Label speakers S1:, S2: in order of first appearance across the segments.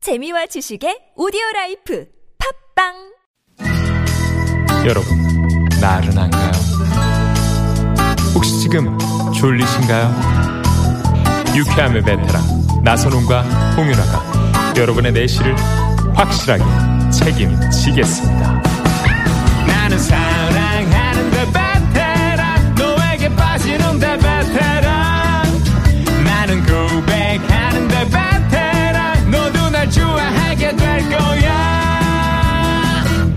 S1: 재미와 지식의 오디오 라이프 팝빵
S2: 여러분, 나른한가요? 혹시 지금 졸리신가요? 유쾌함의 베테랑 나선홍과 홍윤아가 여러분의 내실을 확실하게 책임지겠습니다. 나는 사랑하는데 베테랑 너에게 빠지는데 베테랑 나는 고백하는데 그 베테랑 너도 날 좋아하게 될 거야.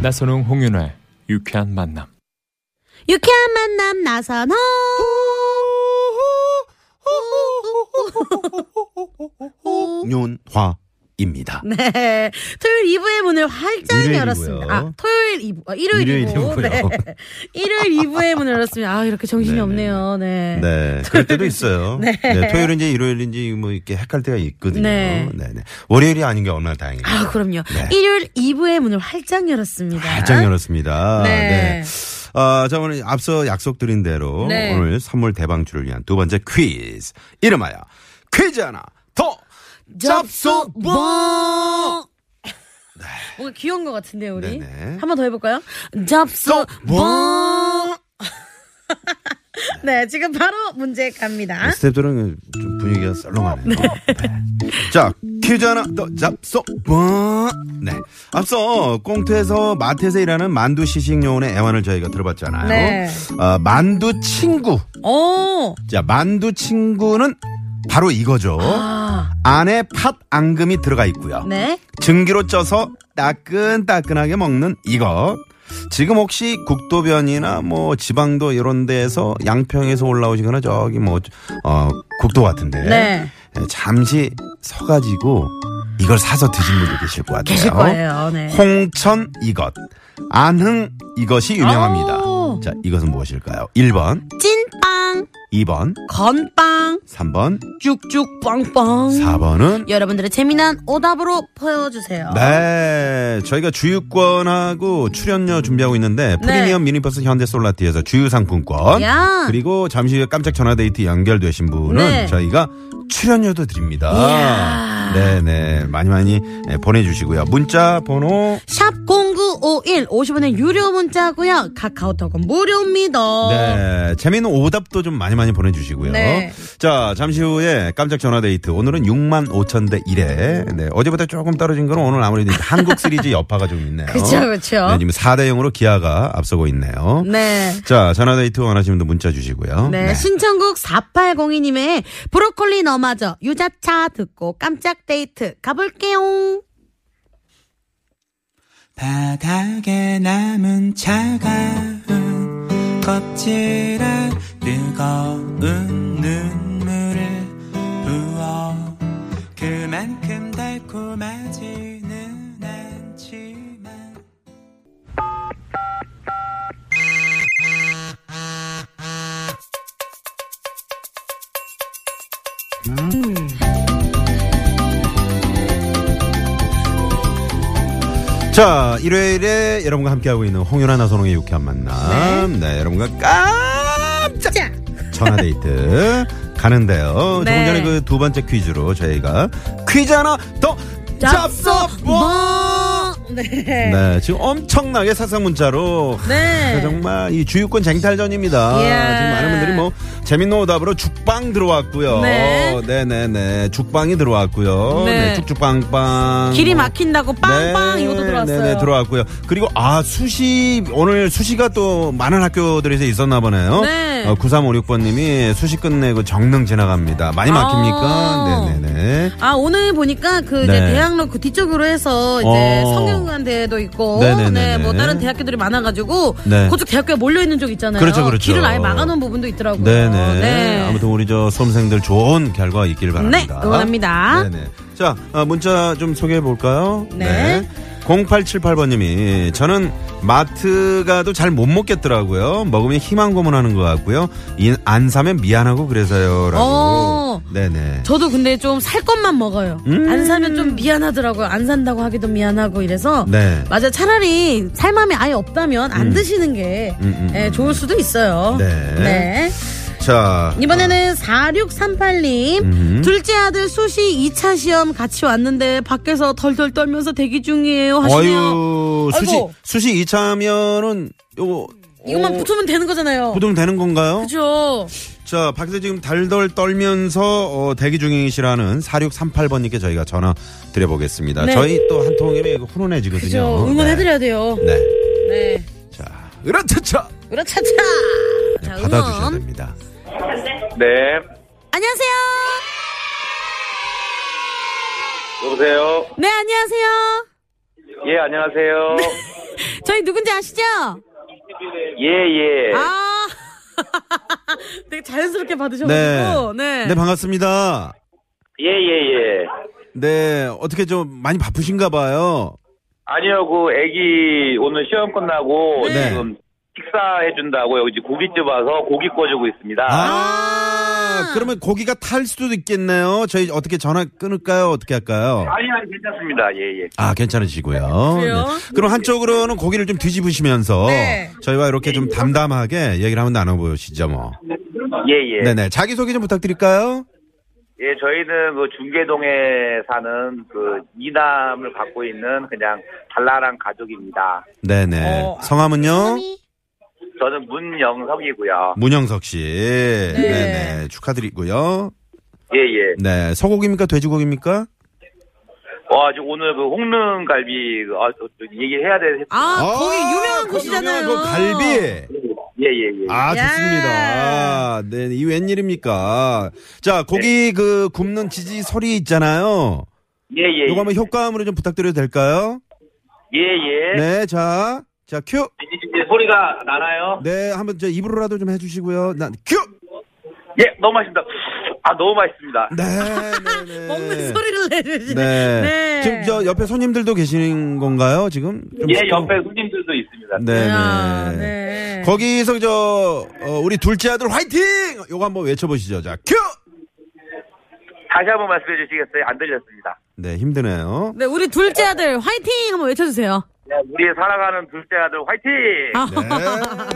S2: 나선홍 홍윤아의 유쾌한 만남.
S3: 유쾌한 만남 나선호.
S4: 윤화입니다.
S3: 네. 토요일 2부의 문을 활짝
S4: 일요일이고요.
S3: 열었습니다. 아, 토요일 2부. 아, 일요일 2부.
S4: 일요일이고요.
S3: 네. 일요일 2부의 문을 열었습니다. 아, 이렇게 정신이
S4: 네네.
S3: 없네요. 네.
S4: 네, 그럴 때도 있어요. 네. 토요일인지 일요일인지 뭐 이렇게 헷갈 때가 있거든요.
S3: 네.
S4: 네, 네. 월요일이 아닌 게 얼마나 다행이에요.
S3: 아, 그럼요.
S4: 네.
S3: 일요일 2부의 문을 활짝 열었습니다.
S4: 가장 열었습니다.
S3: 네.
S4: 네. 아, 자, 오늘 앞서 약속드린 대로
S3: 네.
S4: 오늘 선물 대방출을 위한 두 번째 퀴즈. 이름하여 퀴즈 하나 더
S3: 접속
S4: 뭐!
S3: 네. 뭔가 귀여운 것 같은데요, 우리.
S4: 네네.
S3: 한 번 더 해볼까요? 접속 뭐! 네, 지금 바로 문제 갑니다.
S4: 스텝들은 좀 분위기가 썰렁하네요. 네. 자, 퀴즈 하나 더 잡소. 뭐? 네. 앞서 꽁트에서 마트에서 일하는 만두 시식요원의 애환을 저희가 들어봤잖아요.
S3: 네.
S4: 어, 만두 친구.
S3: 오!
S4: 자, 만두 친구는 바로 이거죠.
S3: 아,
S4: 안에 팥 앙금이 들어가 있고요.
S3: 네.
S4: 증기로 쪄서 따끈따끈하게 먹는 이것. 지금 혹시 국도변이나 뭐 지방도 이런 데에서 양평에서 올라오시거나 저기 뭐, 어, 국도 같은데.
S3: 네.
S4: 예, 잠시 서가지고 이걸 사서 드신 분들 계실 것 같아요.
S3: 계실 거예요, 네.
S4: 홍천 이것. 안흥 이것이 유명합니다.
S3: 아우.
S4: 자, 이것은 무엇일까요? 1번,
S3: 찐빵,
S4: 2번,
S3: 건빵,
S4: 3번,
S3: 쭉쭉 빵빵.
S4: 4번은
S3: 여러분들의 재미난 오답으로 퍼주세요.
S4: 네, 저희가 주유권하고 출연료 준비하고 있는데
S3: 네.
S4: 프리미엄 미니버스 현대솔라티에서 주유 상품권
S3: 야.
S4: 그리고 잠시 후에 깜짝 전화 데이트 연결되신 분은
S3: 네.
S4: 저희가 출연료도 드립니다.
S3: 이야.
S4: 네네 많이 많이 보내주시고요. 문자 번호
S3: 샵 0951, 50원의 유료 문자고요 카카오톡은 무료입니다.
S4: 네 재미있는 오답도 좀 많이 많이 보내주시고요.
S3: 어. 네.
S4: 자 잠시 후에 깜짝 전화 데이트 오늘은 6만 5천 대 1에 네, 어제보다 조금 떨어진 건 오늘 아무래도 이제 한국 시리즈 여파가 좀 있네요.
S3: 그쵸, 그쵸.
S4: 네, 지금 4대 0으로 기아가 앞서고 있네요.
S3: 네.
S4: 자, 전화데이트 원하시면 또 문자 주시고요.
S3: 네, 신청국 4802님의 브로콜리 너마저 유자차 듣고 깜짝 데이트 가볼게요.
S5: 바닥에 남은 차가운 껍질에 뜨거운 눈물을 부어 그만큼 달콤하지는 않지만
S4: 자, 일요일에 여러분과 함께하고 있는 홍윤아 나선홍의 유쾌한 만남. 네, 여러분과 깜짝
S3: 자,
S4: 전화데이트 가는데요.
S3: 네.
S4: 조금 전에 그 두 번째 퀴즈로 저희가 퀴즈 하나 더 잡서
S3: 뭐? 네.
S4: 네, 지금 엄청나게 사상 문자로
S3: 네.
S4: 하, 정말 이 주유권 쟁탈전입니다.
S3: 예.
S4: 지금 많은 분들이 뭐 재밌는 오답으로 죽빵 들어왔고요.
S3: 네.
S4: 네, 네, 네. 죽빵이 들어왔고요.
S3: 네.
S4: 네, 쭉쭉빵빵.
S3: 길이
S4: 뭐.
S3: 막힌다고 빵빵
S4: 네,
S3: 이것도 들어왔어요.
S4: 네, 네, 들어왔고요. 그리고 아 수시 오늘 수시가 또 많은 학교들에서 있었나 보네요.
S3: 네.
S4: 어, 9356번님이 수시 끝내고 정릉 지나갑니다. 많이 막힙니까?
S3: 아.
S4: 네, 네, 네.
S3: 아 오늘 보니까 그 이제
S4: 네.
S3: 대학로 그 뒤쪽으로 해서 이제
S4: 어.
S3: 성균관 대도 있고
S4: 네네네네.
S3: 네뭐 다른 대학교들이 많아가지고
S4: 네.
S3: 그쪽 대학교에 몰려 있는 쪽 있잖아요.
S4: 그렇죠, 그렇죠.
S3: 길을 아예 막아놓은 부분도 있더라고요.
S4: 네네.
S3: 네.
S4: 아무튼 우리 저 수험생들 좋은 결과 있길 바랍니다.
S3: 네, 응원합니다.
S4: 네네. 자, 어, 문자 좀 소개해 볼까요?
S3: 네.
S4: 0878번님이 저는 마트 가도 잘 못 먹겠더라고요. 먹으면 희망 고문하는 것 같고요. 이- 안 사면 미안하고 그래서요라고.
S3: 어.
S4: 네네.
S3: 저도 근데 좀 살 것만 먹어요.
S4: 음.
S3: 안 사면 좀 미안하더라고요. 안 산다고 하기도 미안하고 이래서
S4: 네.
S3: 맞아 차라리 살 마음이 아예 없다면 안 드시는 게
S4: 음, 음,
S3: 예, 좋을 수도 있어요.
S4: 네.
S3: 네.
S4: 자,
S3: 이번에는 4638님
S4: 음.
S3: 둘째 아들 수시 2차 시험 같이 왔는데 밖에서 덜덜 떨면서 대기 중이에요 하시네요
S4: 어유 수시
S3: 아이고.
S4: 수시 2차면은 요거
S3: 이것만 붙으면 되는 거잖아요
S4: 부동 되는 건가요?
S3: 그죠
S4: 자, 밖에서 지금 달덜 떨면서 어, 대기 중이시라는 4638번님께 저희가 전화 드려보겠습니다.
S3: 네.
S4: 저희 또 한 통이면 이거 훈훈해지거든요.
S3: 그죠 응원해드려야 돼요
S4: 네. 네.
S3: 네
S4: 자, 으라차차!
S3: 으라차차
S4: 네,
S3: 자
S4: 받아주셔야
S3: 응원
S4: 됩니다.
S6: 네.
S3: 안녕하세요
S6: 여보세요.
S3: 네 안녕하세요
S6: 예, 안녕하세요.
S3: 저희 누군지 아시죠
S6: 예, 예.
S3: 아 되게 자연스럽게 받으셔가지고
S4: 네.
S3: 네,
S4: 네, 반갑습니다.
S6: 예, 예, 예.
S4: 네, 어떻게 좀 많이 바쁘신가 봐요.
S6: 아니요, 그 애기 오늘 시험 끝나고
S4: 네.
S6: 지금 식사해 준다고 여기 지금 고깃집 와서 고기 구워주고 있습니다.
S4: 아, 그러면 고기가 탈 수도 있겠네요. 저희 어떻게 전화 끊을까요? 어떻게 할까요?
S6: 아니, 아니, 괜찮습니다. 예, 예.
S4: 아, 괜찮으시고요. 네.
S3: 그래요?
S4: 그럼 한쪽으로는 고기를 좀 뒤집으시면서
S3: 네. 네.
S4: 저희와 이렇게 좀 담담하게 얘기를 한번 나눠보시죠, 뭐.
S6: 예, 예.
S4: 네네. 자기소개 좀 부탁드릴까요?
S6: 예, 저희는 그 중계동에 사는 그 이남을 갖고 있는 그냥 발랄한 가족입니다.
S4: 네네.
S3: 어,
S4: 성함은요?
S6: 저는 문영석이고요.
S4: 문영석 씨. 네. 네 축하드리고요.
S6: 예, 예.
S4: 네. 소고기입니까? 돼지고기입니까?
S6: 와, 지금 오늘 그 홍릉 갈비 그, 아, 저- 저 얘기해야 돼.
S3: 아 거기 유명한
S4: 그
S3: 곳이잖아요
S4: 유명한 그 갈비.
S6: 예, 예, 예.
S4: 아,
S3: 야.
S4: 좋습니다. 네. 이 웬일입니까? 자, 고기 그 굽는 지지 소리 있잖아요.
S6: 예, 예.
S4: 요거 한번 효과음으로 좀 부탁드려도 될까요?
S6: 예, 예.
S4: 네. 자. 자, 큐.
S6: 이제 소리가 나나요?
S4: 네, 한번 저 입으로라도 좀 해주시고요. 난 큐.
S6: 예, 너무 맛있습니다. 아, 너무 맛있습니다.
S4: 네, 네, 네.
S3: 먹는 소리를 내주시네
S4: 네.
S3: 네.
S4: 지금 저 옆에 손님들도 계시는 건가요? 지금? 좀
S6: 예,
S4: 시끄러워.
S6: 옆에 손님들도 있습니다.
S4: 네,
S3: 이야,
S4: 네.
S3: 네.
S4: 거기서 저 어, 우리 둘째 아들 화이팅! 요거 한번 외쳐보시죠. 자, 큐.
S6: 다시 한번 말씀해 주시겠어요? 안 들렸습니다.
S4: 네, 힘드네요.
S3: 네, 우리 둘째 아들 화이팅 한번 외쳐주세요.
S6: 네, 우리의 사랑하는 둘째 아들 화이팅!
S3: 아,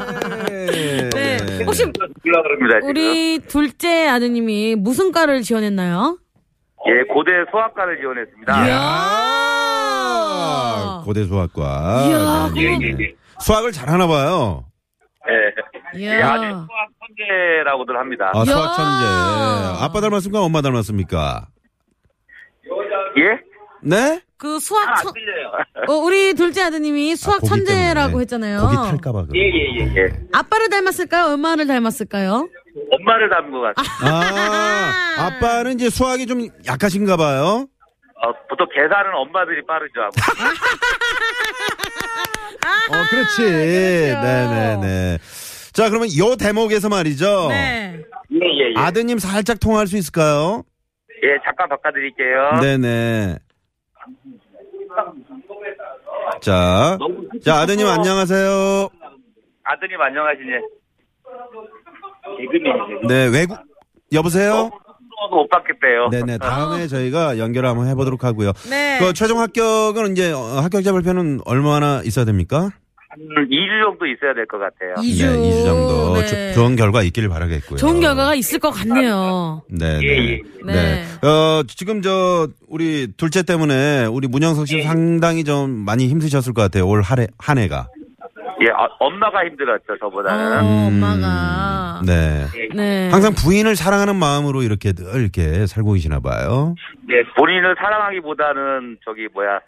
S4: 네.
S3: 네. 혹시
S6: 불러 그럽니다, 지금.
S3: 우리 둘째 아드님이 무슨 과를 지원했나요?
S6: 예, 고대 수학과를 지원했습니다.
S4: 아, 고대 수학과.
S3: 이야,
S4: 네, 네, 네. 수학을 잘하나 봐요.
S6: 예. 예, 아주
S3: 이야.
S6: 수학 천재라고들 합니다.
S4: 아,
S3: 이야.
S4: 수학 천재. 아빠 닮았습니까? 엄마 닮았습니까?
S6: 예?
S4: 네?
S3: 그 수학 천,
S6: 틀려요.
S3: 어, 우리 둘째 아드님이 수학
S4: 고기
S3: 천재라고
S4: 때문에.
S3: 했잖아요.
S4: 고기 탈까봐 그래.
S6: 예, 예, 예, 예.
S3: 아빠를 닮았을까요? 엄마를 닮았을까요?
S6: 엄마를 닮은 것 같아요.
S4: 아, 아빠는 이제 수학이 좀 약하신가
S3: 아.
S4: 봐요.
S6: 어, 보통 계산은 엄마들이 빠르죠. 아마.
S4: 어,
S3: 아,
S4: 그렇지. 네네네. 자, 그러면 요 대목에서 말이죠.
S3: 네.
S6: 예, 예, 예.
S4: 아드님 살짝 통화할 수 있을까요?
S6: 예, 잠깐 바꿔드릴게요.
S4: 네네. 자, 자, 아드님 안녕하세요.
S6: 아드님 안녕하시니? 개그맨이세요?
S4: 네, 외국, 여보세요?
S6: 어, 못 받겠대요.
S4: 네네, 다음에 저희가 연결 한번 해보도록 하고요.
S3: 어. 네.
S4: 그 최종 합격은 이제 어, 합격자 발표는 얼마나 있어야 됩니까?
S6: 한 2주 정도 있어야 될 것 같아요.
S3: 이주
S4: 네, 2주 정도.
S3: 네.
S4: 조- 좋은 결과 있길 바라겠고요.
S3: 좋은 결과가 있을 것 같네요.
S4: 네,
S6: 예,
S4: 네.
S3: 예.
S4: 네. 어, 지금 저, 우리 둘째 때문에 우리 문영석
S6: 예.
S4: 씨 상당히 좀 많이 힘드셨을 것 같아요. 올 한 해, 한 해가.
S6: 예, 아, 엄마가 힘들었죠, 저보다는.
S4: 아.
S3: 어, 엄마가.
S4: 네.
S3: 아. 네.
S4: 항상 부인을 사랑하는 마음으로 이렇게 늘 이렇게 살고 계시나 봐요.
S6: 예, 본인을 사랑하기보다는 저기 뭐야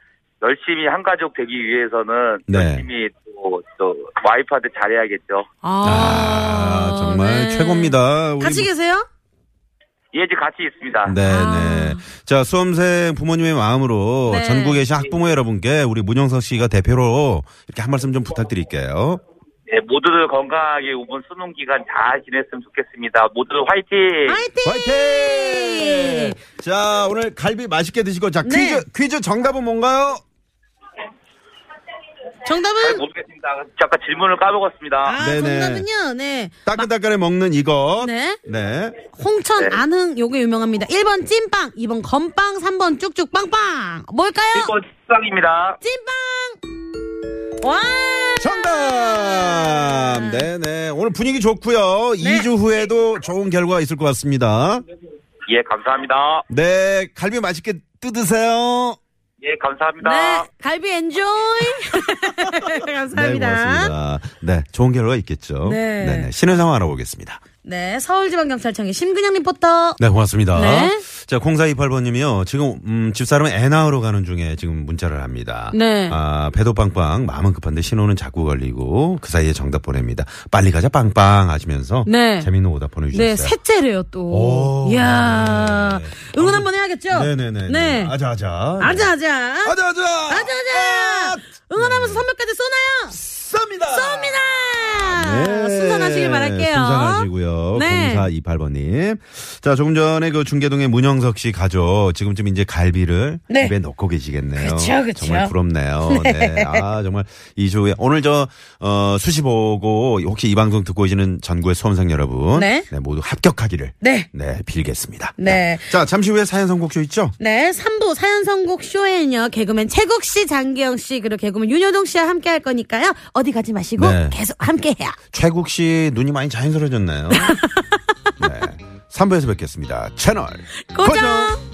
S6: 열심히 한 가족 되기 위해서는
S4: 네.
S6: 열심히 또, 또 와이프한테 잘해야겠죠.
S4: 아, 정말
S3: 아, 네.
S4: 최고입니다. 우리
S3: 같이 계세요?
S6: 예, 지금 같이 있습니다.
S4: 네, 네. 자, 수험생 부모님의 마음으로
S3: 아. 네.
S4: 전국에 계신 학부모 여러분께 우리 문영석 씨가 대표로 이렇게 한 말씀 좀 부탁드릴게요.
S6: 예, 모두들 건강하게 이번 수능 기간 잘 지냈으면 좋겠습니다. 모두들 화이팅!
S3: 화이팅!
S4: 화이팅! 자, 오늘 갈비 맛있게 드시고 자, 퀴즈
S3: 네.
S4: 퀴즈 정답은 뭔가요?
S6: 잘
S3: 정답은
S6: 모르겠습니다. 잠깐 질문을 까먹었습니다.
S3: 아,
S4: 네네.
S3: 정답은요. 네.
S4: 따끈따끈해 먹는 이것.
S3: 네.
S4: 네.
S3: 홍천 안흥 요게 유명합니다. 1번 찐빵, 2번 건빵, 3번 쭉쭉 빵빵. 뭘까요?
S6: 1번 수상입니다.
S3: 찐빵. 와!
S4: 정답!
S3: 아.
S4: 네네. 오늘 분위기 좋고요.
S3: 네.
S4: 이 2주 후에도 좋은 결과가 있을 것 같습니다.
S6: 예, 감사합니다.
S4: 네, 갈비 맛있게 뜯으세요.
S6: 예, 감사합니다.
S3: 네, 갈비 엔조이. 감사합니다.
S4: 네, 고맙습니다. 네, 좋은 결과가 있겠죠.
S3: 네.
S4: 네네. 신의 상황 알아보겠습니다.
S3: 네, 서울지방경찰청의 심근양 리포터.
S4: 네, 고맙습니다.
S3: 네.
S4: 자, 0428번님이요. 지금, 음, 집사람은 애 낳으러 가는 중에 지금 문자를 합니다.
S3: 네.
S4: 아, 배도 빵빵, 마음은 급한데 신호는 자꾸 걸리고, 그 사이에 정답 보냅니다. 빨리 가자, 빵빵 하시면서.
S3: 네.
S4: 재밌는 오답 보내주셨어요.
S3: 네, 셋째래요 또.
S4: 오. 네.
S3: 이야. 응원 한번 해야겠죠?
S4: 네네네.
S3: 네.
S4: 아자, 아자.
S3: 아자, 아자. 아자,
S4: 아자, 아자.
S3: 아자. 응원하면서 선물까지 쏘나요?
S4: 쌉니다.
S3: 쏩니다!
S4: 네.
S3: 순산하시길 바랄게요.
S4: 순산하시고요.
S3: 네.
S4: 0428번님. 자, 조금 전에 그 중계동의 문영석 씨 가족 지금쯤 이제 갈비를
S3: 네.
S4: 집에 넣고 계시겠네요.
S3: 그쵸, 그쵸.
S4: 정말 부럽네요. 네. 아, 정말 2주에 오늘 저, 어, 수시 보고 혹시 이 방송 듣고 계시는 전국의 수험생 여러분.
S3: 네.
S4: 모두 합격하기를.
S3: 네.
S4: 네, 빌겠습니다.
S3: 네.
S4: 자, 잠시 후에 사연 선곡쇼 있죠?
S3: 네, 3부 사연 선곡 쇼에는요, 개그맨 최국 씨, 장기영 씨, 그리고 개그맨 윤여동 씨와 함께 할 거니까요, 어디 가지 마시고
S4: 네.
S3: 계속 함께 해요.
S4: 최국 씨 눈이 많이 자연스러워졌네요. 네. 3부에서 뵙겠습니다. 채널
S3: 고정!
S4: 고정.